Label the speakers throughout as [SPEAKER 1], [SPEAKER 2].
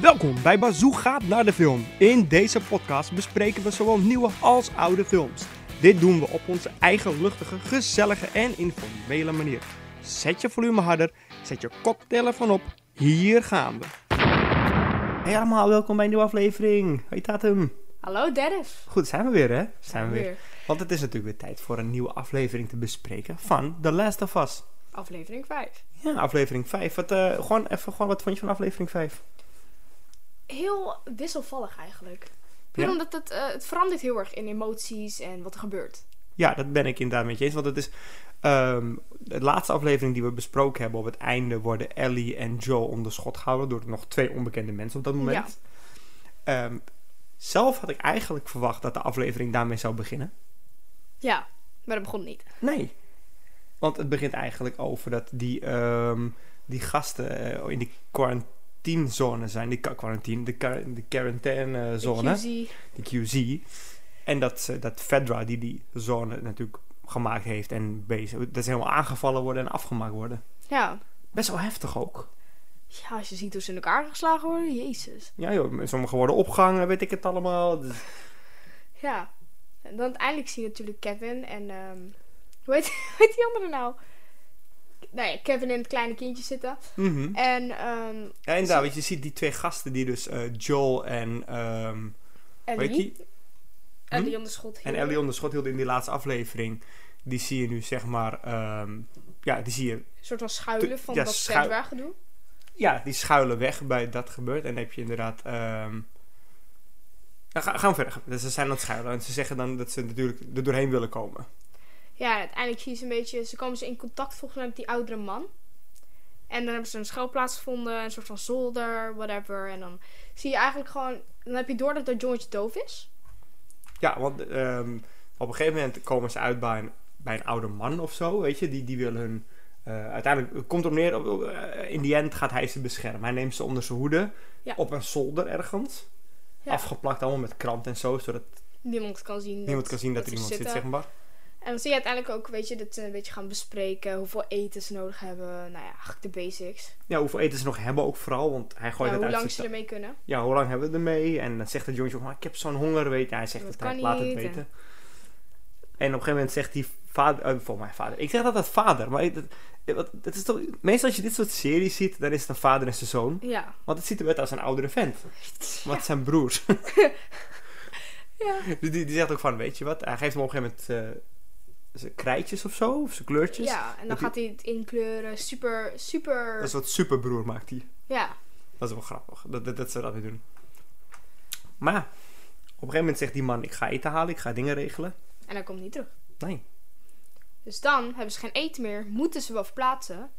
[SPEAKER 1] Welkom bij Bazoo gaat naar de film. In deze podcast bespreken we zowel nieuwe als oude films. Dit doen we op onze eigen luchtige, gezellige en informele manier. Zet je volume harder, zet je koptelefoon op. Hier gaan we. Hey allemaal, welkom bij een nieuwe aflevering. Hoi Tatum.
[SPEAKER 2] Hallo Dennis.
[SPEAKER 1] Goed, zijn we weer hè? Zijn we weer.
[SPEAKER 2] Weer
[SPEAKER 1] Want het is natuurlijk weer tijd voor een nieuwe aflevering te bespreken van The Last of Us.
[SPEAKER 2] aflevering 5.
[SPEAKER 1] Ja, aflevering 5. Wat, eh, gewoon even, gewoon, wat vond je van aflevering 5?
[SPEAKER 2] Heel wisselvallig eigenlijk. Puur
[SPEAKER 1] Ja.
[SPEAKER 2] omdat het, eh, het verandert heel erg in emoties en wat er gebeurt.
[SPEAKER 1] Ja, dat ben ik inderdaad met je eens. Want het is. ehm, de laatste aflevering die we besproken hebben op het einde worden Ellie en Joe onder schot gehouden door nog twee onbekende mensen op dat moment. Ehm, zelf had ik eigenlijk verwacht dat de aflevering daarmee zou beginnen.
[SPEAKER 2] Ja, maar dat begon niet.
[SPEAKER 1] Nee. Want het begint eigenlijk over dat die, ehm, die gasten eh, in die quarantinezone zijn. Die ka- quarantine, de, quar- de quarantainezone.
[SPEAKER 2] De QZ.
[SPEAKER 1] de QZ. En dat, ze- dat Fedra die die zone natuurlijk gemaakt heeft en bezig. Dat ze helemaal aangevallen worden en afgemaakt worden.
[SPEAKER 2] Ja.
[SPEAKER 1] Best wel heftig ook.
[SPEAKER 2] ja, als je ziet hoe ze in elkaar geslagen worden, jezus.
[SPEAKER 1] Ja joh, sommigen worden opgehangen, weet ik het allemaal. Dus-
[SPEAKER 2] Ja. En dan uiteindelijk zie je natuurlijk Kevin en... ehm, hoe, heet, hoe heet die andere nou? Nou ja, Kevin en het kleine kindje zitten.
[SPEAKER 1] Mhm.
[SPEAKER 2] En, ehm
[SPEAKER 1] Ja, inderdaad, want je ziet die twee gasten die dus eh, Joel en, ehm
[SPEAKER 2] Ellie.
[SPEAKER 1] weet je,
[SPEAKER 2] Ellie onder schot.
[SPEAKER 1] Hm? en
[SPEAKER 2] hielden.
[SPEAKER 1] Ellie onder schot hielden in die laatste aflevering. Die zie je nu zeg maar, ehm, ja, die zie je,
[SPEAKER 2] Een soort van schuilen
[SPEAKER 1] Tu-
[SPEAKER 2] van
[SPEAKER 1] ja,
[SPEAKER 2] dat
[SPEAKER 1] schuil-
[SPEAKER 2] Sandra gedoe.
[SPEAKER 1] ja, die schuilen weg bij dat gebeurt. En dan heb je inderdaad, ehm ja, ga, gaan we verder. Dus ze zijn aan het schuilen en ze zeggen dan dat ze natuurlijk er doorheen willen komen.
[SPEAKER 2] Ja, en uiteindelijk zie je ze een beetje. Ze komen ze in contact volgens mij met die oudere man. En dan hebben ze een schuilplaats gevonden, een soort van zolder, whatever. En dan zie je eigenlijk gewoon. Dan heb je door dat dat jongetje doof is.
[SPEAKER 1] Ja, want ehm, op een gegeven moment komen ze uit bij een, bij een oude man of zo, weet je. Die, die willen hun... eh, uiteindelijk het komt er neer, op- op, eh, in die end gaat hij ze beschermen. Hij neemt ze onder zijn hoede
[SPEAKER 2] Ja.
[SPEAKER 1] op een zolder ergens.
[SPEAKER 2] Ja.
[SPEAKER 1] Afgeplakt allemaal met krant en zo, zodat
[SPEAKER 2] Niemand kan zien. dat-
[SPEAKER 1] niemand kan zien dat, er
[SPEAKER 2] ze
[SPEAKER 1] iemand zit,
[SPEAKER 2] zitten.
[SPEAKER 1] zeg maar.
[SPEAKER 2] En dan zie je uiteindelijk ook, weet je, dat ze een beetje gaan bespreken. Hoeveel eten ze nodig hebben. Nou ja, eigenlijk de basics.
[SPEAKER 1] Ja, hoeveel eten ze nog hebben ook vooral, want hij gooit het
[SPEAKER 2] Ja, hoe
[SPEAKER 1] uit
[SPEAKER 2] lang ze
[SPEAKER 1] zijn
[SPEAKER 2] ermee kunnen.
[SPEAKER 1] ta- Ja, hoe lang hebben we ermee? En dan zegt het jongetje ook, maar ik heb zo'n honger, weet je. Hij zegt
[SPEAKER 2] Dat
[SPEAKER 1] het,
[SPEAKER 2] kan
[SPEAKER 1] hij laat het
[SPEAKER 2] niet, en-
[SPEAKER 1] weten. En op een gegeven moment zegt die vader, eh, volgens mij vader. Ik zeg altijd vader, maar het, het, het is toch, meestal als je dit soort series ziet, dan is het een vader en zijn zoon.
[SPEAKER 2] Ja.
[SPEAKER 1] Want het ziet eruit als een oudere vent. Maar het zijn broers.
[SPEAKER 2] Ja.
[SPEAKER 1] Dus die, die zegt ook van, weet je wat, hij geeft hem op een gegeven moment eh, zijn krijtjes of zo, of zijn kleurtjes.
[SPEAKER 2] Ja, en dan
[SPEAKER 1] Dat die-
[SPEAKER 2] gaat hij het inkleuren. Super, super.
[SPEAKER 1] Dat is wat superbroer maakt hij.
[SPEAKER 2] Ja.
[SPEAKER 1] Dat is wel grappig, dat, dat, dat ze dat weer doen. Maar ja, op een gegeven moment zegt die man, ik ga eten halen, ik ga dingen regelen.
[SPEAKER 2] En dan komt hij niet terug.
[SPEAKER 1] Nee.
[SPEAKER 2] Dus dan hebben ze geen eten meer, moeten ze wel verplaatsen.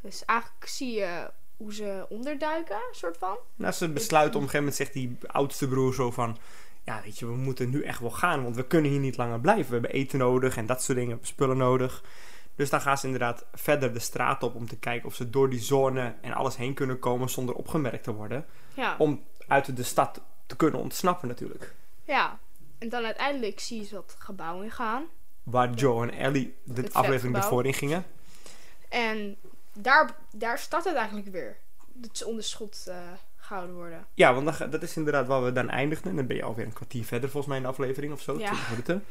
[SPEAKER 2] Dus eigenlijk zie je hoe ze onderduiken, soort van.
[SPEAKER 1] Nou, ze besluiten op een gegeven moment, zegt die oudste broer zo van... Ja, weet je, we moeten nu echt wel gaan, want we kunnen hier niet langer blijven. We hebben eten nodig en dat soort dingen, we hebben spullen nodig. Dus dan gaan ze inderdaad verder de straat op om te kijken of ze door die zone en alles heen kunnen komen zonder opgemerkt te worden.
[SPEAKER 2] Ja.
[SPEAKER 1] Om uit de stad te kunnen ontsnappen natuurlijk.
[SPEAKER 2] ja. En dan uiteindelijk zie je ze dat gebouw ingaan.
[SPEAKER 1] Waar Joe en Ellie de
[SPEAKER 2] Het
[SPEAKER 1] aflevering
[SPEAKER 2] vetgebouw.
[SPEAKER 1] ervoor in gingen.
[SPEAKER 2] En daar, daar start het eigenlijk weer. Dat ze onder schot eh, gehouden worden.
[SPEAKER 1] Ja, want dan ga- dat is inderdaad waar we dan eindigden. Dan ben je alweer een kwartier verder volgens mij in de aflevering of zo.
[SPEAKER 2] Ja.
[SPEAKER 1] 20 minuten.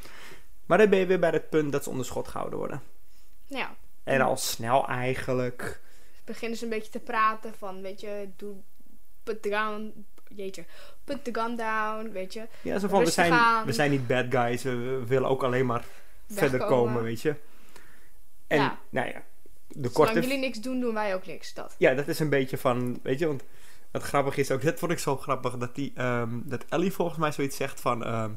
[SPEAKER 1] Maar dan ben je weer bij het punt dat ze onder schot gehouden worden.
[SPEAKER 2] Nou ja,
[SPEAKER 1] En al snel eigenlijk.
[SPEAKER 2] beginnen ze een beetje te praten van, weet je, doe, put the gun, jeetje, put the gun down, weet je.
[SPEAKER 1] Ja, zo van, we
[SPEAKER 2] Rustig
[SPEAKER 1] zijn,
[SPEAKER 2] aan.
[SPEAKER 1] we zijn niet bad guys. We, we willen ook alleen maar verder komen, weet je. En,
[SPEAKER 2] Ja.
[SPEAKER 1] nou ja. De
[SPEAKER 2] Zolang
[SPEAKER 1] korte...
[SPEAKER 2] jullie niks doen, doen wij ook niks, dat.
[SPEAKER 1] Ja, dat is een beetje van, weet je, want wat grappig is ook, dat vond ik zo grappig, dat, die, ehm, dat Ellie volgens mij zoiets zegt van, ehm,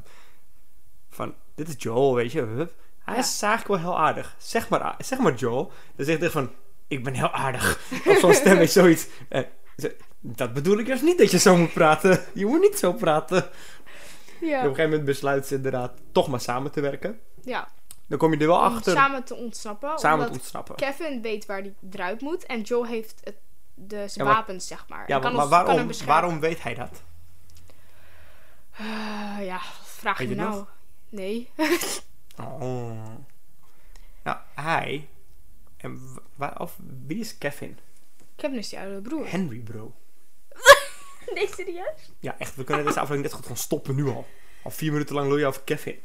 [SPEAKER 1] van dit is Joel, weet je. hup. Hij
[SPEAKER 2] Ja.
[SPEAKER 1] is eigenlijk wel heel aardig. Zeg maar, a- zeg maar Joel. Dan zegt hij van, ik ben heel aardig. Of zo'n stem is zoiets. Eh, ze- dat bedoel ik dus niet dat je zo moet praten. Je moet niet zo praten. En op een
[SPEAKER 2] Ja.
[SPEAKER 1] gegeven moment besluiten ze inderdaad toch maar samen te werken.
[SPEAKER 2] ja.
[SPEAKER 1] Dan kom je er wel
[SPEAKER 2] Om
[SPEAKER 1] achter samen,
[SPEAKER 2] samen te ontsnappen.
[SPEAKER 1] te
[SPEAKER 2] omdat
[SPEAKER 1] ontsnappen.
[SPEAKER 2] Kevin weet waar hij eruit moet en Joe heeft het, de, zijn
[SPEAKER 1] Ja, maar-
[SPEAKER 2] wapens, zeg maar.
[SPEAKER 1] Ja, maar,
[SPEAKER 2] En kan
[SPEAKER 1] maar
[SPEAKER 2] ons- kan hem
[SPEAKER 1] waarom,
[SPEAKER 2] beschermen.
[SPEAKER 1] waarom weet hij dat?
[SPEAKER 2] Eh, ja, wat vraag
[SPEAKER 1] Weet
[SPEAKER 2] je
[SPEAKER 1] je
[SPEAKER 2] nou? Nee.
[SPEAKER 1] Oh. Nou, hij. En wa- of, wie is Kevin?
[SPEAKER 2] dus Kevin is die oude broer.
[SPEAKER 1] Henry, bro.
[SPEAKER 2] Nee, serieus?
[SPEAKER 1] Ja, echt. We kunnen deze aflevering net goed gewoon stoppen nu al. Al vier minuten lang lul je over Kevin.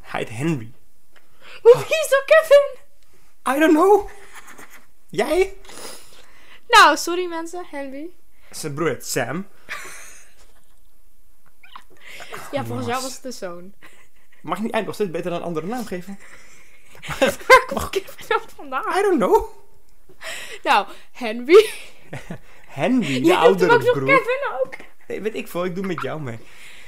[SPEAKER 1] Hij heet Henry.
[SPEAKER 2] Hoe kies door Kevin?
[SPEAKER 1] I don't know. Jij?
[SPEAKER 2] Nou, sorry mensen, Henry.
[SPEAKER 1] Zijn broer heet Sam.
[SPEAKER 2] Ja, volgens jou
[SPEAKER 1] jongens.
[SPEAKER 2] was het de zoon.
[SPEAKER 1] Mag je niet eigenlijk nog steeds beter dan een andere naam geven?
[SPEAKER 2] Waar komt Kevin dan vandaan?
[SPEAKER 1] I don't know.
[SPEAKER 2] Nou, Henry.
[SPEAKER 1] Henry,
[SPEAKER 2] Je
[SPEAKER 1] je
[SPEAKER 2] noemt hem
[SPEAKER 1] oudere
[SPEAKER 2] ook nog
[SPEAKER 1] broer.
[SPEAKER 2] Kevin ook.
[SPEAKER 1] Nee, weet ik veel, ik doe met jou mee.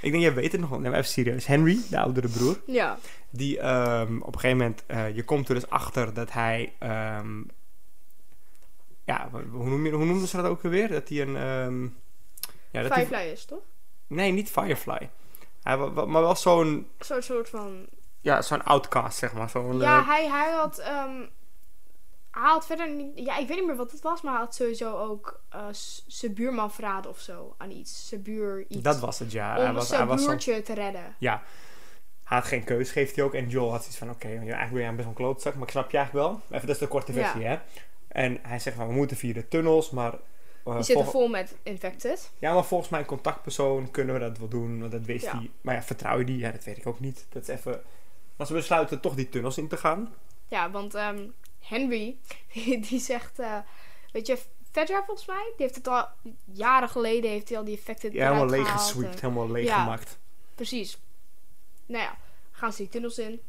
[SPEAKER 1] Ik denk, jij weet het nog wel. Nee, maar even serieus. Henry, de oudere broer,
[SPEAKER 2] Ja.
[SPEAKER 1] die ehm, op een gegeven moment... eh, je komt er dus achter dat hij... ehm, ja, wa- hoe, noem je, hoe noemden ze dat ook alweer? Dat hij een... ehm, ja, dat hij-
[SPEAKER 2] Firefly is, toch?
[SPEAKER 1] nee, niet Firefly. Hij, wa- wa- maar wel zo'n
[SPEAKER 2] Zo'n soort van...
[SPEAKER 1] ja, zo'n outcast, zeg maar. Zo'n,
[SPEAKER 2] Ja,
[SPEAKER 1] eh,
[SPEAKER 2] hij, hij had... ehm, hij had verder niet... Ja, ik weet niet meer wat het was, maar hij had sowieso ook eh, s- zijn buurman verraden of zo aan iets. Zijn buur iets.
[SPEAKER 1] dat was het, ja. hij
[SPEAKER 2] Om
[SPEAKER 1] was, hij
[SPEAKER 2] zijn
[SPEAKER 1] was zo'n Eh,
[SPEAKER 2] broertje te redden.
[SPEAKER 1] Ja. Hij had geen keus, geeft hij ook. En Joel had zoiets van, oké, ja, eigenlijk ben jij best wel een klootzak, maar ik snap je eigenlijk wel. Even, dat is de korte
[SPEAKER 2] Ja.
[SPEAKER 1] versie, hè. En hij zegt van, we moeten via de tunnels, maar... eh,
[SPEAKER 2] Die
[SPEAKER 1] vol-
[SPEAKER 2] zitten vol met infected.
[SPEAKER 1] ja, maar volgens mijn contactpersoon kunnen we dat wel doen, want dat wist
[SPEAKER 2] Ja.
[SPEAKER 1] hij. Maar ja, vertrouw je die? Ja, dat weet ik ook niet. Dat is even... Maar ze besluiten toch die tunnels in te gaan.
[SPEAKER 2] Ja, want ehm, Henry, die zegt... eh, weet je, Fedra volgens mij, die heeft het al jaren geleden... heeft hij al die infected
[SPEAKER 1] Ja, helemaal
[SPEAKER 2] eruit
[SPEAKER 1] leeg
[SPEAKER 2] gehaald en-
[SPEAKER 1] gesweept, helemaal leeg
[SPEAKER 2] Ja.
[SPEAKER 1] gemaakt.
[SPEAKER 2] Precies. Nou ja, gaan ze die tunnels in.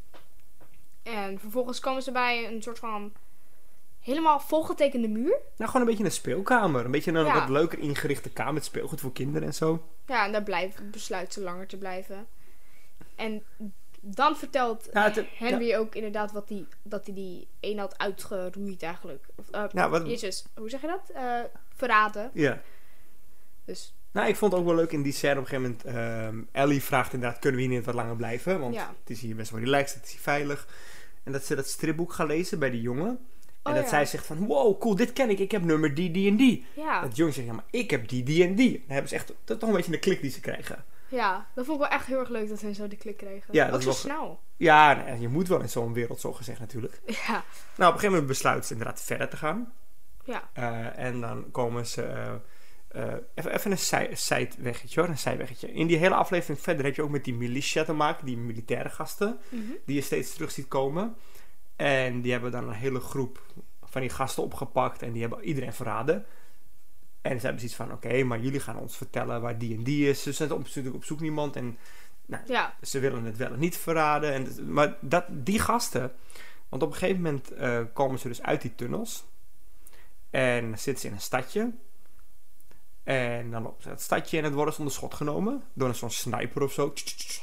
[SPEAKER 2] En vervolgens komen ze bij een soort van helemaal volgetekende muur.
[SPEAKER 1] Nou, gewoon een beetje een speelkamer. Een beetje een
[SPEAKER 2] Ja.
[SPEAKER 1] wat leuker ingerichte kamer met speelgoed voor kinderen en zo.
[SPEAKER 2] Ja, en daar blijft, besluit ze langer te blijven. En dan vertelt
[SPEAKER 1] Ja, het-
[SPEAKER 2] Henry ook inderdaad wat die, dat hij die een had uitgeroeid eigenlijk. Of, eh,
[SPEAKER 1] Ja, wat,
[SPEAKER 2] Jezus, hoe zeg je dat? Eh, verraden.
[SPEAKER 1] ja.
[SPEAKER 2] Dus
[SPEAKER 1] Nou, ik vond het ook wel leuk in die scène op een gegeven moment. ehm, Ellie vraagt inderdaad, kunnen we hier niet wat langer blijven? Want
[SPEAKER 2] Ja.
[SPEAKER 1] het is hier best wel relaxed, het is hier veilig. En dat ze dat stripboek gaat lezen bij die jongen. En
[SPEAKER 2] Oh,
[SPEAKER 1] dat
[SPEAKER 2] ja.
[SPEAKER 1] zij zegt van, wow, cool, dit ken ik. Ik heb nummer die, die en die.
[SPEAKER 2] ja,
[SPEAKER 1] Dat jong zegt, ja, maar ik heb die, die en die. Dan hebben ze echt dat is toch een beetje een klik die ze krijgen.
[SPEAKER 2] ja, dat vond ik wel echt heel erg leuk dat hun zo de klik kregen.
[SPEAKER 1] Ja,
[SPEAKER 2] ook
[SPEAKER 1] dat
[SPEAKER 2] zo
[SPEAKER 1] was-
[SPEAKER 2] snel.
[SPEAKER 1] Ja, nou ja, je moet wel in zo'n wereld, zo gezegd natuurlijk. Nou,
[SPEAKER 2] Ja,
[SPEAKER 1] op een gegeven moment besluiten ze inderdaad verder te gaan.
[SPEAKER 2] ja,
[SPEAKER 1] Eh, en dan komen ze... eh, eh, even, even een zij- zijweggetje hoor, een zijweggetje. In die hele aflevering verder heb je ook met die militia te maken, die militaire gasten.
[SPEAKER 2] mhm,
[SPEAKER 1] die je steeds terug ziet komen. En die hebben dan een hele groep van die gasten opgepakt en die hebben iedereen verraden. En ze hebben zoiets van, oké, maar jullie gaan ons vertellen waar die en die is. Ze zijn op, natuurlijk op zoek naar iemand en
[SPEAKER 2] ja,
[SPEAKER 1] ze willen het wel en niet verraden. En, het- maar dat, die gasten, want op een gegeven moment eh, komen ze dus uit die tunnels. En zitten ze in een stadje. En dan lopen ze het stadje en het worden ze onder schot genomen. Door een zo'n sniper of zo.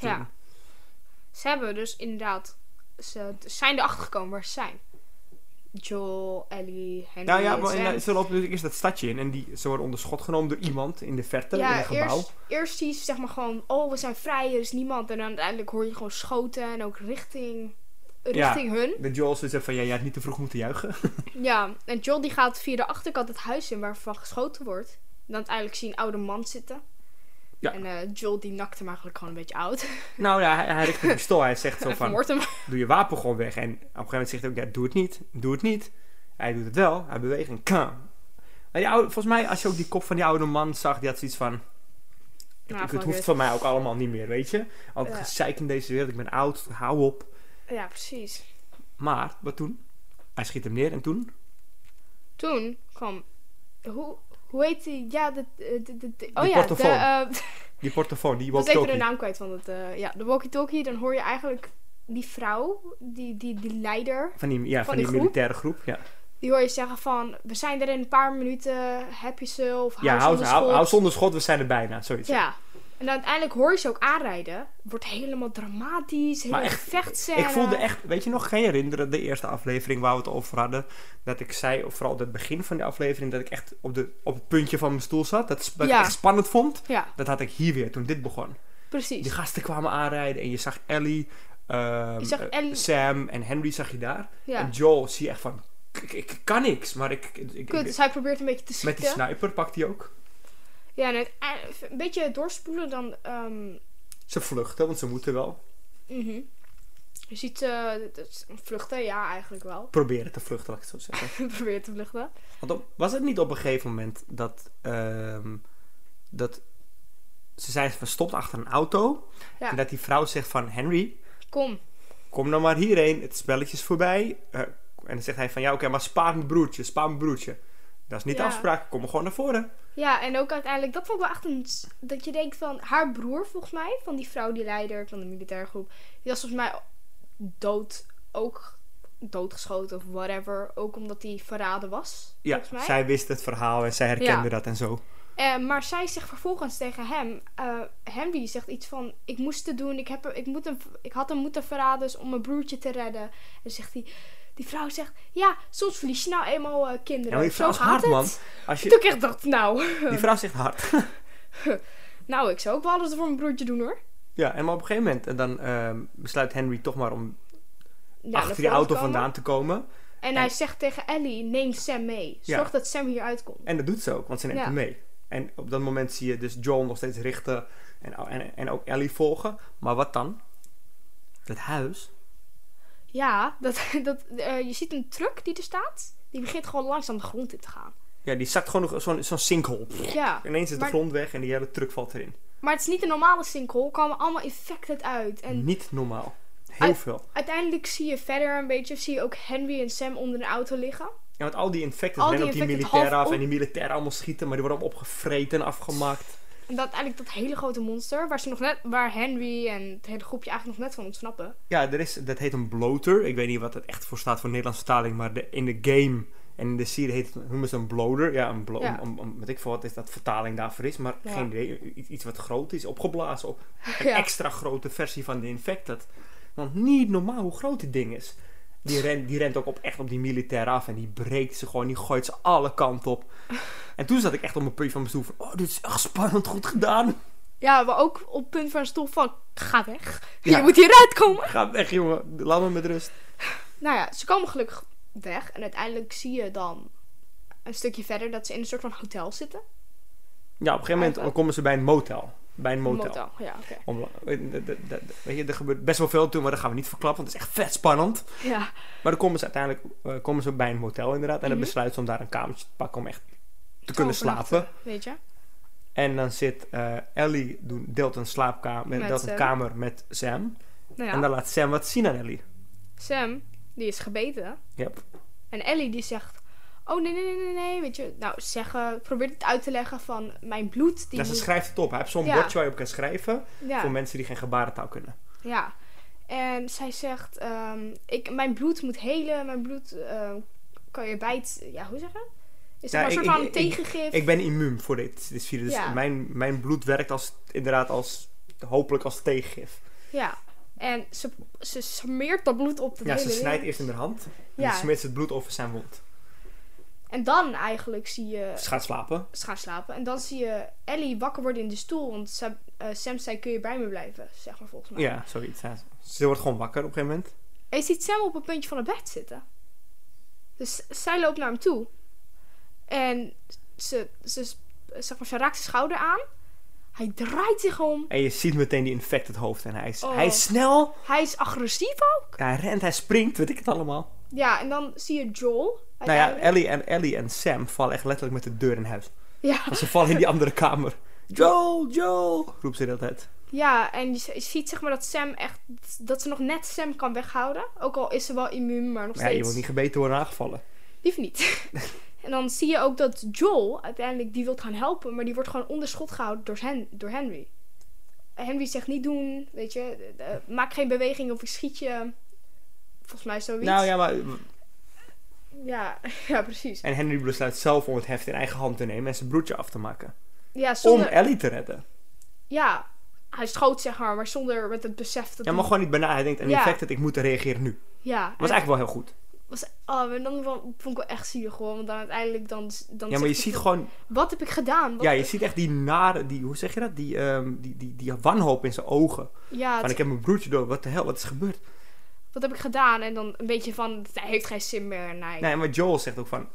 [SPEAKER 2] Ja. Ze hebben dus inderdaad. Ze zijn erachter gekomen waar ze zijn. Joel, Ellie, Henry.
[SPEAKER 1] Nou ja, maar
[SPEAKER 2] Sam.
[SPEAKER 1] in- ze lopen natuurlijk eerst dat stadje in en die, ze worden onder schot genomen door iemand in de verte, in een gebouw.
[SPEAKER 2] Eerst, eerst zie je ze zeg maar gewoon. Oh, we zijn vrij, er is niemand. En dan uiteindelijk hoor je gewoon schoten en ook richting. Richting hun.
[SPEAKER 1] De Joel zegt van, ja, jij had niet te vroeg moeten juichen.
[SPEAKER 2] Ja, en Joel die gaat via de achterkant het huis in waarvan geschoten wordt. En dan uiteindelijk zie je een oude man zitten.
[SPEAKER 1] Ja.
[SPEAKER 2] En eh, Joel die nakt hem eigenlijk gewoon een beetje oud.
[SPEAKER 1] nou ja, hij, hij richt een pistool. Hij zegt zo
[SPEAKER 2] Hij
[SPEAKER 1] van,
[SPEAKER 2] vermoordt hem.
[SPEAKER 1] doe je wapen gewoon weg. En op een gegeven moment zegt hij ook, ja, doe het niet, doe het niet. Hij doet het wel, hij beweegt en kan. Maar die oude, volgens mij, als je ook die kop van die oude man zag, die had zoiets van... ik-
[SPEAKER 2] Nou,
[SPEAKER 1] ik- het
[SPEAKER 2] fuck
[SPEAKER 1] hoeft
[SPEAKER 2] it.
[SPEAKER 1] van mij ook allemaal niet meer, weet je. Al het
[SPEAKER 2] Ja.
[SPEAKER 1] gezeik in deze wereld, ik ben oud, hou op.
[SPEAKER 2] Ja, precies.
[SPEAKER 1] Maar, wat toen? Hij schiet hem neer en toen?
[SPEAKER 2] toen kwam. Hoe, hoe heet die? Ja, de. de, de, de- oh ja,
[SPEAKER 1] portofoon.
[SPEAKER 2] de. eh,
[SPEAKER 1] Die portofoon, die
[SPEAKER 2] ik was even de
[SPEAKER 1] walkie-talkie.
[SPEAKER 2] naam kwijt van het. eh, ja, de walkie-talkie. Dan hoor je eigenlijk die vrouw, die, die, die leider.
[SPEAKER 1] Van die, ja, van
[SPEAKER 2] die
[SPEAKER 1] die
[SPEAKER 2] groep?
[SPEAKER 1] militaire groep, ja.
[SPEAKER 2] Die hoor je zeggen van. We zijn er in een paar minuten. Happy yourself. Hou
[SPEAKER 1] Ja,
[SPEAKER 2] ja,
[SPEAKER 1] hou, hou, hou zonder schot, we zijn er bijna, zoiets.
[SPEAKER 2] Ja. En dan uiteindelijk hoor je ze ook aanrijden. Wordt helemaal dramatisch. Heel
[SPEAKER 1] Maar
[SPEAKER 2] erg
[SPEAKER 1] echt,
[SPEAKER 2] vechtscène.
[SPEAKER 1] Ik voelde echt, weet je nog, geen herinneren de eerste aflevering waar we het over hadden. Dat ik zei, of vooral het begin van de aflevering, dat ik echt op, de, op het puntje van mijn stoel zat. Dat, dat
[SPEAKER 2] Ja.
[SPEAKER 1] ik echt spannend vond.
[SPEAKER 2] Ja,
[SPEAKER 1] Dat had ik hier weer toen dit begon. Die
[SPEAKER 2] precies.
[SPEAKER 1] gasten kwamen aanrijden en je zag Ellie, ehm,
[SPEAKER 2] Je zag
[SPEAKER 1] eh,
[SPEAKER 2] Ellie-
[SPEAKER 1] Sam en Henry zag je daar.
[SPEAKER 2] Ja.
[SPEAKER 1] En Joel zie je echt van, ik, ik kan niks, maar ik... ik- ik-
[SPEAKER 2] Kut, dus hij probeert een beetje te
[SPEAKER 1] met
[SPEAKER 2] schieten.
[SPEAKER 1] die sniper pakt hij ook.
[SPEAKER 2] ja, en uiteindelijk- een beetje doorspoelen dan. ehm,
[SPEAKER 1] Ze vluchten, want ze moeten wel
[SPEAKER 2] Mhm. Je ziet eh, dat is- vluchten, ja, eigenlijk wel.
[SPEAKER 1] proberen te vluchten, laat ik het zo zeggen.
[SPEAKER 2] Probeer te vluchten.
[SPEAKER 1] Want op- was het niet op een gegeven moment dat ehm, dat ze zijn verstopt achter een auto.
[SPEAKER 2] Ja.
[SPEAKER 1] En dat die vrouw zegt van Henry,
[SPEAKER 2] Kom.
[SPEAKER 1] kom dan maar hierheen, het spelletje is voorbij. Eh, en dan zegt hij van, ja oké, maar spaar mijn broertje, spaar mijn broertje. Dat is niet de
[SPEAKER 2] Ja.
[SPEAKER 1] afspraak, kom maar gewoon naar voren.
[SPEAKER 2] Ja, en ook uiteindelijk, dat vond ik wel echt een... s- Dat je denkt van, haar broer volgens mij, van die vrouw, die leider van de militaire groep. Die was volgens mij dood, ook doodgeschoten of whatever. Ook omdat hij verraden was,
[SPEAKER 1] Ja,
[SPEAKER 2] volgens mij.
[SPEAKER 1] zij wist het verhaal en zij herkende dat en zo.
[SPEAKER 2] Eh, maar zij zegt vervolgens tegen hem, eh, Henry zegt iets van, ik moest het doen, ik, heb, hem- ik, moet hem, ik had hem moeten verraden dus om mijn broertje te redden. En dan zegt hij, die vrouw zegt, ja, soms verlies je nou eenmaal eh, kinderen.
[SPEAKER 1] Ja, maar die vrouw
[SPEAKER 2] Zo
[SPEAKER 1] is
[SPEAKER 2] gaat
[SPEAKER 1] hard,
[SPEAKER 2] het.
[SPEAKER 1] man. Als je,
[SPEAKER 2] Toen kreeg ik dat, nou,
[SPEAKER 1] die vrouw zegt hard.
[SPEAKER 2] nou, ik zou ook wel alles voor mijn broertje doen hoor.
[SPEAKER 1] ja, en maar op een gegeven moment en dan ehm, besluit Henry toch maar om
[SPEAKER 2] Ja, naar
[SPEAKER 1] achter die
[SPEAKER 2] voren
[SPEAKER 1] auto
[SPEAKER 2] komen.
[SPEAKER 1] vandaan te komen.
[SPEAKER 2] En hij zegt tegen Ellie, neem Sam mee.
[SPEAKER 1] Ja.
[SPEAKER 2] Zorg dat Sam hieruit komt.
[SPEAKER 1] En dat doet ze ook, want ze neemt
[SPEAKER 2] Ja.
[SPEAKER 1] hem mee. En op dat moment zie je dus John nog steeds richten en, en, en ook Ellie volgen. Maar wat dan? Dat huis.
[SPEAKER 2] Ja, dat, dat, eh, je ziet een truck die er staat. Die begint gewoon langzaam de grond in te gaan.
[SPEAKER 1] Ja, die zakt gewoon nog zo'n zo'n sinkhole.
[SPEAKER 2] Ja.
[SPEAKER 1] Ineens is
[SPEAKER 2] Maar-
[SPEAKER 1] de grond weg en die hele truck valt erin.
[SPEAKER 2] Maar het is niet een normale sinkhole. Er komen allemaal infected uit. En Ah,
[SPEAKER 1] Niet normaal. Heel
[SPEAKER 2] Uit-
[SPEAKER 1] veel.
[SPEAKER 2] uiteindelijk zie je verder een beetje... Zie je ook Henry en Sam onder een auto liggen.
[SPEAKER 1] Ja, want al die infecten
[SPEAKER 2] Al
[SPEAKER 1] rennen
[SPEAKER 2] die
[SPEAKER 1] op die
[SPEAKER 2] infecten
[SPEAKER 1] militairen
[SPEAKER 2] half
[SPEAKER 1] af en
[SPEAKER 2] om.
[SPEAKER 1] die militairen allemaal schieten, maar die worden allemaal opgevreten en afgemaakt.
[SPEAKER 2] En dat eigenlijk dat hele grote monster... Waar, ze nog net, waar Henry en het hele groepje eigenlijk nog net van ontsnappen.
[SPEAKER 1] Ja, er is, dat heet een bloater. Ik weet niet wat het echt voor staat voor Nederlandse vertaling, maar de, in de game en in de serie heet het, noemen ze een bloater. Ja, een blo
[SPEAKER 2] Ja.
[SPEAKER 1] Om, om- weet ik veel wat is dat vertaling daarvoor is, maar
[SPEAKER 2] Ja.
[SPEAKER 1] geen idee. I- Iets wat groot is, opgeblazen. Op een
[SPEAKER 2] Ja.
[SPEAKER 1] extra grote versie van de infected. Want niet normaal hoe groot dit ding is. Die, ren, die rent ook op, echt op die militair af en die breekt ze gewoon, die gooit ze alle kanten op. En toen zat ik echt op mijn puntje van mijn stoel van, oh, dit is echt spannend, goed gedaan.
[SPEAKER 2] Ja, maar ook op het punt van een stoel van... Ga weg.
[SPEAKER 1] Ja.
[SPEAKER 2] Je moet hieruit komen.
[SPEAKER 1] Ga weg, jongen. Laat me met rust.
[SPEAKER 2] Nou ja, ze komen gelukkig weg. En uiteindelijk zie je dan een stukje verder dat ze in een soort van hotel zitten.
[SPEAKER 1] Ja, op een gegeven moment
[SPEAKER 2] Eigenlijk.
[SPEAKER 1] komen ze bij een motel. Bij een motel.
[SPEAKER 2] Ja, oké.
[SPEAKER 1] Om- eh, dat- dat- dat- weet je, er gebeurt best wel veel toen, maar dat gaan we niet verklappen, want het is echt vet spannend.
[SPEAKER 2] Ja.
[SPEAKER 1] Maar dan komen ze uiteindelijk eh, komen ze bij een motel inderdaad. En dan
[SPEAKER 2] Mhm.
[SPEAKER 1] besluiten ze om daar een kamertje te pakken om echt te kunnen
[SPEAKER 2] overnachten,
[SPEAKER 1] slapen.
[SPEAKER 2] Weet je?
[SPEAKER 1] En dan zit eh, Ellie, doen- deelt een slaapkamer,
[SPEAKER 2] Met
[SPEAKER 1] deelt een
[SPEAKER 2] Sam.
[SPEAKER 1] kamer met Sam.
[SPEAKER 2] Nou ja,
[SPEAKER 1] En dan laat Sam wat zien aan Ellie.
[SPEAKER 2] Sam, die is gebeten.
[SPEAKER 1] Yep.
[SPEAKER 2] En Ellie die zegt... Oh, nee, nee, nee, nee, nee, weet je. Nou, zeggen, probeert het uit te leggen van mijn bloed. Die
[SPEAKER 1] Ja, ze
[SPEAKER 2] moet-
[SPEAKER 1] schrijft het op. Hij heeft zo'n
[SPEAKER 2] Ja.
[SPEAKER 1] bordje waar je op kan schrijven voor
[SPEAKER 2] ja,
[SPEAKER 1] mensen die geen gebarentaal kunnen.
[SPEAKER 2] ja. En zij zegt, ehm, ik, mijn bloed moet helen. Mijn bloed ehm, kan je bijt... Ja, hoe zeggen? Is
[SPEAKER 1] Ja,
[SPEAKER 2] dat maar
[SPEAKER 1] ik-
[SPEAKER 2] een soort
[SPEAKER 1] ik-
[SPEAKER 2] van
[SPEAKER 1] ik-
[SPEAKER 2] tegengif?
[SPEAKER 1] Ik ben immuun voor dit, dit virus. Dus
[SPEAKER 2] Ja.
[SPEAKER 1] mijn, mijn bloed werkt als, inderdaad als, hopelijk als tegengif.
[SPEAKER 2] Ja. En ze, ze smeert dat bloed op de
[SPEAKER 1] Ja, ze
[SPEAKER 2] hele
[SPEAKER 1] snijdt
[SPEAKER 2] wereld.
[SPEAKER 1] eerst in haar hand. En
[SPEAKER 2] Ja.
[SPEAKER 1] dan smeert ze het bloed over zijn wond.
[SPEAKER 2] En dan eigenlijk zie je...
[SPEAKER 1] Ze gaat slapen.
[SPEAKER 2] Ze gaan slapen. En dan zie je Ellie wakker worden in de stoel. Want Sam, eh, Sam zei, kun je bij me blijven? Zeg maar volgens mij.
[SPEAKER 1] Ja, zoiets. Ja, ze wordt gewoon wakker op een gegeven moment.
[SPEAKER 2] En je ziet Sam op een puntje van het bed zitten. Dus zij loopt naar hem toe. En ze, ze, zeg maar, ze raakt zijn schouder aan. Hij draait zich om.
[SPEAKER 1] En je ziet meteen die infected hoofd. En hij is,
[SPEAKER 2] Oh.
[SPEAKER 1] hij is snel.
[SPEAKER 2] Hij is agressief ook.
[SPEAKER 1] Hij rent, hij springt, weet ik het allemaal.
[SPEAKER 2] Ja, en dan zie je Joel.
[SPEAKER 1] Nou ja,
[SPEAKER 2] uiteindelijk.
[SPEAKER 1] Ellie en, Ellie en Sam vallen echt letterlijk met de deur in huis.
[SPEAKER 2] ja.
[SPEAKER 1] Want ze vallen in die andere kamer. Joel, Joel, roept ze de hele tijd.
[SPEAKER 2] Ja, en je, je ziet zeg maar dat Sam echt... Dat ze nog net Sam kan weghouden. Ook al is ze wel immuun, maar nog
[SPEAKER 1] Maar ja,
[SPEAKER 2] steeds...
[SPEAKER 1] je wordt niet gebeten worden aangevallen.
[SPEAKER 2] Lief niet. en dan zie je ook dat Joel uiteindelijk die wilt gaan helpen, maar die wordt gewoon onder schot gehouden door, Hen door Henry. Henry zegt niet doen, weet je, eh, eh, maak geen beweging of ik schiet je. Volgens mij zoiets.
[SPEAKER 1] Nou ja, maar...
[SPEAKER 2] Ja, ja, precies.
[SPEAKER 1] En Henry besluit zelf om het heft in eigen hand te nemen en zijn broertje af te maken.
[SPEAKER 2] Ja, zonder,
[SPEAKER 1] Om Ellie te redden.
[SPEAKER 2] ja, hij schoot zeg maar, maar zonder met het besef
[SPEAKER 1] Ja,
[SPEAKER 2] dat
[SPEAKER 1] maar
[SPEAKER 2] hij-
[SPEAKER 1] gewoon niet bijna. Hij denkt, en
[SPEAKER 2] Ja.
[SPEAKER 1] infected, ik moet reageren nu.
[SPEAKER 2] Ja, en
[SPEAKER 1] Was
[SPEAKER 2] dat
[SPEAKER 1] eigenlijk wel heel goed.
[SPEAKER 2] was, oh, en dan vond vond ik wel echt zielig hoor, want dan uiteindelijk dan... dan
[SPEAKER 1] Ja, maar je
[SPEAKER 2] zegt hij
[SPEAKER 1] ziet
[SPEAKER 2] van,
[SPEAKER 1] gewoon
[SPEAKER 2] Wat heb ik gedaan? Wat-
[SPEAKER 1] Ja, je ziet echt die nare, die, hoe zeg je dat? Die, ehm, die, die, die wanhoop in zijn ogen.
[SPEAKER 2] ja,
[SPEAKER 1] Van
[SPEAKER 2] Ah, het-
[SPEAKER 1] ik heb mijn broertje dood, wat de hel, wat is gebeurd?
[SPEAKER 2] wat heb ik gedaan? En dan een beetje van, hij heeft geen zin meer, nee,
[SPEAKER 1] Nee, maar Joel zegt ook van,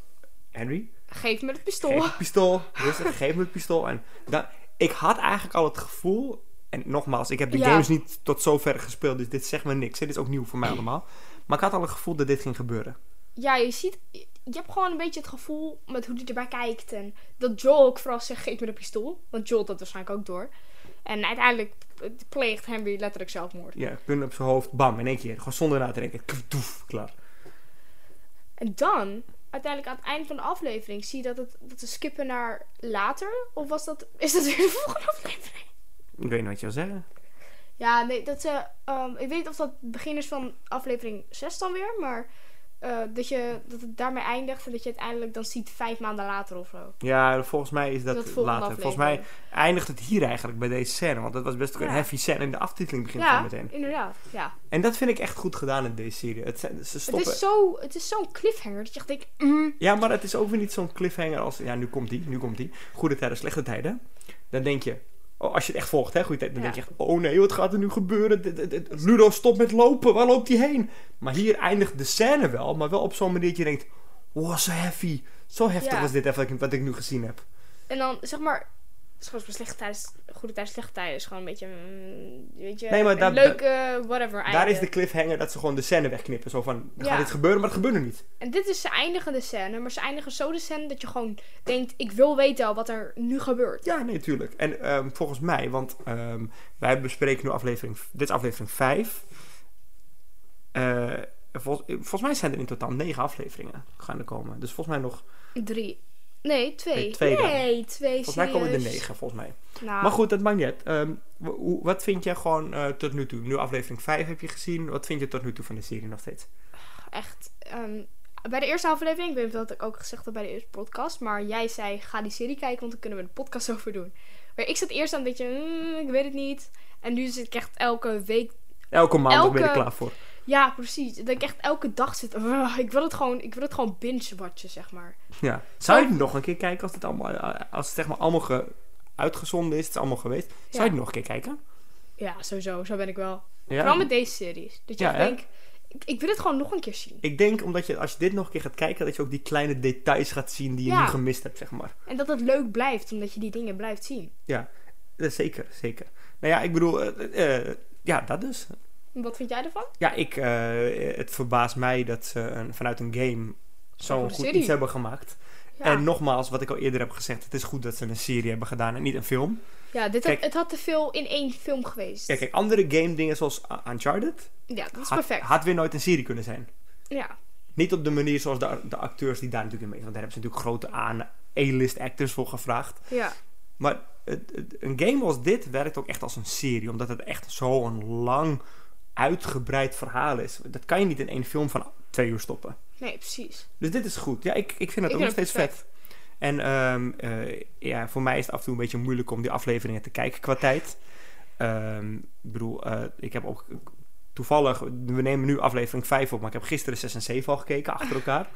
[SPEAKER 1] Henry,
[SPEAKER 2] geef me het pistool.
[SPEAKER 1] geef het pistool. Rustig, geef me het pistool. En dan, ik had eigenlijk al het gevoel, en nogmaals, ik heb de
[SPEAKER 2] Ja.
[SPEAKER 1] games niet tot zover gespeeld, dus dit zegt me niks. hè, Dit is ook nieuw voor mij allemaal. Maar ik had al het gevoel dat dit ging gebeuren.
[SPEAKER 2] ja, je ziet, je je hebt gewoon een beetje het gevoel met hoe die erbij kijkt. En dat Joel ook vooral zegt, geef me de pistool. Want Joel dat waarschijnlijk ook door. En uiteindelijk pleegt Henry letterlijk zelfmoord.
[SPEAKER 1] Ja, punt op zijn hoofd, bam, in één keer. Gewoon zonder na te denken. Kf, doef, klaar.
[SPEAKER 2] En dan, uiteindelijk aan het eind van de aflevering, zie je dat, het, dat ze skippen naar later. Of was dat, is dat weer de volgende aflevering?
[SPEAKER 1] Ik weet niet wat je wil zeggen.
[SPEAKER 2] Ja, nee, dat ze. ehm, ik weet niet of dat het begin is van aflevering 6 dan weer, maar. eh, dat, je, dat het daarmee eindigt en dat je uiteindelijk dan ziet vijf maanden later of zo.
[SPEAKER 1] Ja, volgens mij is dat,
[SPEAKER 2] Dat volgende
[SPEAKER 1] later. Volgens mij
[SPEAKER 2] aflevering.
[SPEAKER 1] eindigt het hier eigenlijk bij deze scène. Want dat was best een
[SPEAKER 2] Ja.
[SPEAKER 1] heavy scène. En de aftiteling begint
[SPEAKER 2] ja,
[SPEAKER 1] gewoon meteen.
[SPEAKER 2] inderdaad. Ja.
[SPEAKER 1] En dat vind ik echt goed gedaan in deze serie. Het, zijn- ze
[SPEAKER 2] Het
[SPEAKER 1] stoppen.
[SPEAKER 2] is zo- het is zo'n cliffhanger dat je echt denkt. mm,
[SPEAKER 1] Ja, maar het is ook weer niet zo'n cliffhanger als... Ja, nu komt die, nu komt die. Goede tijden, slechte tijden. Dan denk je... Oh, als je het echt volgt, hè, goede tijden. Dan
[SPEAKER 2] Ja.
[SPEAKER 1] denk je echt... Oh nee, wat gaat er nu gebeuren? Dit- dit- dit- Ludo, stop met lopen. Waar loopt hij heen? Maar hier eindigt de scène wel. Maar wel op zo'n manier dat je denkt... Wow, zo heavy. Zo heftig
[SPEAKER 2] Ja.
[SPEAKER 1] was dit even wat ik nu gezien heb.
[SPEAKER 2] En dan zeg maar. Zoals bij slechte tijden, goede tijden, slechte tijden is gewoon een beetje. mm, weet je,
[SPEAKER 1] Nee, maar
[SPEAKER 2] een
[SPEAKER 1] daar-
[SPEAKER 2] leuk, eh, whatever.
[SPEAKER 1] Daar
[SPEAKER 2] einde.
[SPEAKER 1] is de cliffhanger dat ze gewoon de scène wegknippen. Zo van, er gaat
[SPEAKER 2] Ja.
[SPEAKER 1] dit gebeuren, maar het gebeurde niet.
[SPEAKER 2] En dit is de eindigende scène, maar ze eindigen zo de scène dat je gewoon denkt: ik wil weten al wat er nu gebeurt.
[SPEAKER 1] Ja, nee, tuurlijk. En ehm, volgens mij, want ehm, wij bespreken nu aflevering... Dit is aflevering 5. volgens, volgens mij zijn er in totaal negen afleveringen gaan er komen. Dus volgens mij nog...
[SPEAKER 2] Drie. Nee, twee.
[SPEAKER 1] Nee, twee dan.
[SPEAKER 2] nee, twee.
[SPEAKER 1] Volgens mij komen er
[SPEAKER 2] serieus.
[SPEAKER 1] negen, volgens mij.
[SPEAKER 2] Nou,
[SPEAKER 1] Maar goed, dat maakt niet uit. Ehm, w- hoe- wat vind jij gewoon eh, tot nu toe? Nu aflevering 5 heb je gezien. Wat vind je tot nu toe van de serie nog steeds?
[SPEAKER 2] echt. ehm, bij de eerste aflevering, ik weet niet of dat ik ook gezegd heb bij de eerste podcast, maar jij zei: ga die serie kijken, want dan kunnen we een podcast over doen. Maar ik zat eerst aan een beetje, "Mm, ik weet het niet. En nu zit ik echt elke week.
[SPEAKER 1] Elke maandag ben ik
[SPEAKER 2] Elke-
[SPEAKER 1] klaar voor.
[SPEAKER 2] Ja, precies. Dat ik echt elke dag zit. "Ugh, ik wil het gewoon, ik wil het gewoon binge-watchen, zeg maar.
[SPEAKER 1] Ja. Zou je het nog een keer kijken als het allemaal, eh, als het zeg maar allemaal ge- uitgezonden is, het is allemaal geweest? Zou je
[SPEAKER 2] Ja.
[SPEAKER 1] het nog een keer kijken?
[SPEAKER 2] Ja, sowieso. Zo ben ik wel.
[SPEAKER 1] Ja.
[SPEAKER 2] Vooral met deze series. Dat je
[SPEAKER 1] Ja,
[SPEAKER 2] echt
[SPEAKER 1] hè?
[SPEAKER 2] denkt: ik, ik wil het gewoon nog een keer zien.
[SPEAKER 1] Ik denk omdat je, als je dit nog een keer gaat kijken, dat je ook die kleine details gaat zien die je
[SPEAKER 2] Ja.
[SPEAKER 1] nu gemist hebt, zeg maar.
[SPEAKER 2] En dat het leuk blijft, omdat je die dingen blijft zien.
[SPEAKER 1] Ja, Eh, zeker, zeker. Nou ja, ik bedoel, eh, eh, ja, dat dus.
[SPEAKER 2] Wat vind jij ervan?
[SPEAKER 1] Ja, ik, eh, het verbaast mij dat ze een- vanuit een game zo'n
[SPEAKER 2] goede
[SPEAKER 1] goed
[SPEAKER 2] serie.
[SPEAKER 1] iets hebben gemaakt.
[SPEAKER 2] Ja.
[SPEAKER 1] En nogmaals, wat ik al eerder heb gezegd, het is goed dat ze een serie hebben gedaan en niet een film.
[SPEAKER 2] Ja, dit
[SPEAKER 1] Kijk-
[SPEAKER 2] had, het had te veel in één film geweest.
[SPEAKER 1] Ja, kijk, andere game dingen zoals uh, Uncharted,
[SPEAKER 2] Ja, dat is
[SPEAKER 1] had-
[SPEAKER 2] perfect.
[SPEAKER 1] had weer nooit een serie kunnen zijn.
[SPEAKER 2] Ja,
[SPEAKER 1] Niet op de manier zoals de, de acteurs die daar natuurlijk in meegaan. Daar hebben ze natuurlijk grote aan A-list actors voor gevraagd.
[SPEAKER 2] ja.
[SPEAKER 1] Maar het- het- een game als dit werkt ook echt als een serie. Omdat het echt zo'n lang, uitgebreid verhaal is. Dat kan je niet in één film van twee uur stoppen.
[SPEAKER 2] Nee, precies.
[SPEAKER 1] Dus dit is goed. Ja, ik, ik vind dat
[SPEAKER 2] Ik
[SPEAKER 1] ook nog
[SPEAKER 2] vind het
[SPEAKER 1] steeds vet. En ehm, eh, ja, voor mij is het af en toe een beetje moeilijk om die afleveringen te kijken qua tijd. Ehm, ik bedoel, eh, ik heb ook toevallig, we nemen nu aflevering 5 op, maar ik heb gisteren 6 en 7 al gekeken achter elkaar.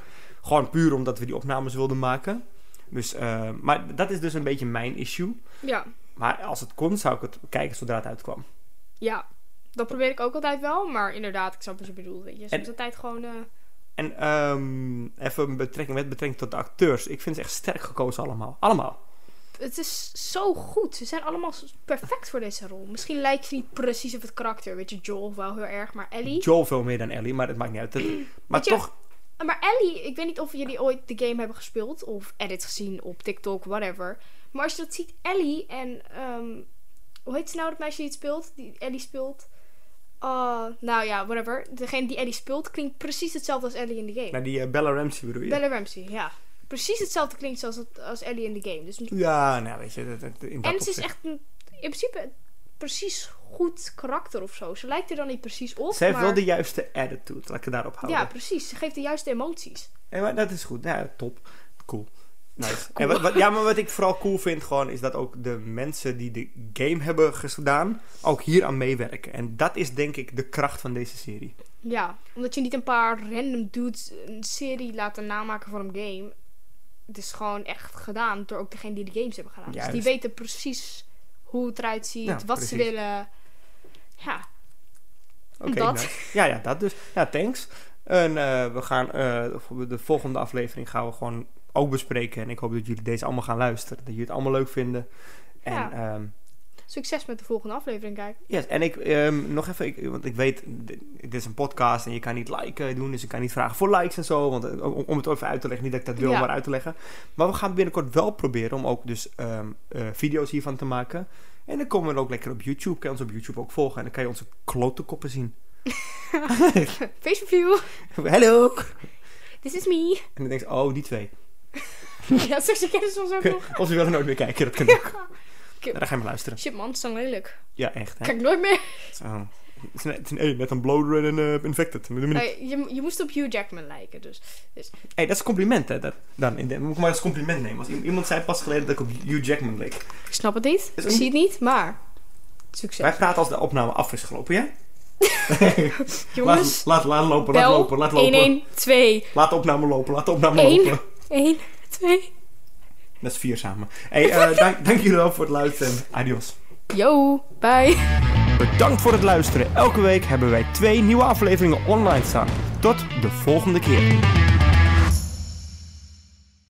[SPEAKER 1] Gewoon puur omdat we die opnames wilden maken. Dus, eh, maar dat is dus een beetje mijn issue.
[SPEAKER 2] Ja,
[SPEAKER 1] Maar als het kon, zou ik het kijken zodra het uitkwam.
[SPEAKER 2] ja. Dat probeer ik ook altijd wel, maar inderdaad, ik snap wat je bedoelt. Weet je, soms
[SPEAKER 1] En-
[SPEAKER 2] de tijd gewoon. eh,
[SPEAKER 1] En ehm, even betrekking, met betrekking tot de acteurs. Ik vind ze echt sterk gekozen allemaal. Allemaal.
[SPEAKER 2] het is zo goed. Ze zijn allemaal s- perfect voor deze rol. Misschien lijkt ze niet precies op het karakter. Weet je, Joel wel heel erg, maar Ellie.
[SPEAKER 1] Joel veel meer dan Ellie, maar dat maakt niet uit. Dat- maar
[SPEAKER 2] je-
[SPEAKER 1] toch,
[SPEAKER 2] Ah, Maar Ellie, ik weet niet of jullie ooit de game hebben gespeeld of edits gezien op TikTok, whatever. Maar als je dat ziet, Ellie en. ehm, hoe heet ze nou, dat meisje die het speelt? Die Ellie speelt. Ah, nou ja, whatever. Degene die Ellie speelt klinkt precies hetzelfde als Ellie in de game.
[SPEAKER 1] naar die eh, Bella Ramsey bedoel je?
[SPEAKER 2] Bella Ramsey, ja. Precies hetzelfde klinkt als, het- als Ellie in de game. Dus, en
[SPEAKER 1] Ja, nou weet je, dat, dat- in dat
[SPEAKER 2] ze is
[SPEAKER 1] opzicht.
[SPEAKER 2] echt een, in principe precies goed karakter of zo. Ze lijkt er dan niet precies op.
[SPEAKER 1] Ze heeft
[SPEAKER 2] maar,
[SPEAKER 1] wel de juiste attitude, laat ik het daarop houden.
[SPEAKER 2] Ja, precies. Ze geeft de juiste emoties.
[SPEAKER 1] En, maar dat is goed, Nou ja, top. Cool. Nice. En wat, wat- ja, maar wat ik vooral cool vind gewoon, is dat ook de mensen die de game hebben gedaan, ook hier aan meewerken. En dat is denk ik de kracht van deze serie.
[SPEAKER 2] Ja, omdat je niet een paar random dudes een serie laat namaken van een game. Het is gewoon echt gedaan door ook degene die de games hebben gedaan. Dus
[SPEAKER 1] Juist.
[SPEAKER 2] die weten precies hoe het eruit ziet,
[SPEAKER 1] Ja,
[SPEAKER 2] wat ze
[SPEAKER 1] precies.
[SPEAKER 2] willen. Ja,
[SPEAKER 1] Oké,
[SPEAKER 2] Dat.
[SPEAKER 1] nice. Ja, ja, dat dus. Ja, thanks. En eh, we gaan eh, de volgende aflevering gaan we gewoon ook bespreken. En ik hoop dat jullie deze allemaal gaan luisteren. Dat jullie het allemaal leuk vinden. En
[SPEAKER 2] Ja.
[SPEAKER 1] ehm,
[SPEAKER 2] succes met de volgende aflevering kijken.
[SPEAKER 1] Yes, en ik, ehm, nog even, ik, want ik weet, dit, dit is een podcast en je kan niet liken doen, dus ik kan niet vragen voor likes en zo, want eh, om, om het even uit te leggen, niet dat ik dat wil,
[SPEAKER 2] Ja.
[SPEAKER 1] maar uit te leggen. Maar we gaan binnenkort wel proberen om ook dus ehm, eh, video's hiervan te maken. En dan komen we ook lekker op YouTube, kan je ons op YouTube ook volgen en dan kan je onze klote koppen zien.
[SPEAKER 2] Face review,
[SPEAKER 1] Hallo!
[SPEAKER 2] this is me.
[SPEAKER 1] En dan denk je, oh, die twee.
[SPEAKER 2] ja, straks herkennen ze ons ook nog.
[SPEAKER 1] Als we willen nooit meer kijken, dat kan ook.
[SPEAKER 2] Oké.
[SPEAKER 1] Nou, dan gaan we luisteren.
[SPEAKER 2] Shit man, ze zijn lelijk.
[SPEAKER 1] Ja, echt. Hè?
[SPEAKER 2] Kijk nooit meer.
[SPEAKER 1] Zo. Het is net, het is een- hey, net een bloater en een eh, infected. Dat doen we niet.
[SPEAKER 2] Nee, Eh, je, je moest op Hugh Jackman lijken, dus.
[SPEAKER 1] Hé, dat is een compliment, hè? Dat, dan, in de- moet ik maar als compliment nemen. Als i- iemand zei pas geleden dat ik op Hugh Jackman leek.
[SPEAKER 2] Ik snap het niet,
[SPEAKER 1] Is
[SPEAKER 2] ik
[SPEAKER 1] ook
[SPEAKER 2] zie het niet, maar... Succes.
[SPEAKER 1] Wij praten als de opname af is gelopen, ja?
[SPEAKER 2] Jongens,
[SPEAKER 1] laat, laat, laat lopen, laat
[SPEAKER 2] bel
[SPEAKER 1] lopen, laat lopen.
[SPEAKER 2] 112.
[SPEAKER 1] Laat de opname lopen, laat de opname
[SPEAKER 2] Eén.
[SPEAKER 1] lopen.
[SPEAKER 2] 1, 2.
[SPEAKER 1] Dat is vier samen. Hé, eh, dank, dank jullie wel voor het luisteren. Adios.
[SPEAKER 2] Yo, bye.
[SPEAKER 1] Bedankt voor het luisteren. Elke week hebben wij twee nieuwe afleveringen online staan. Tot de volgende keer.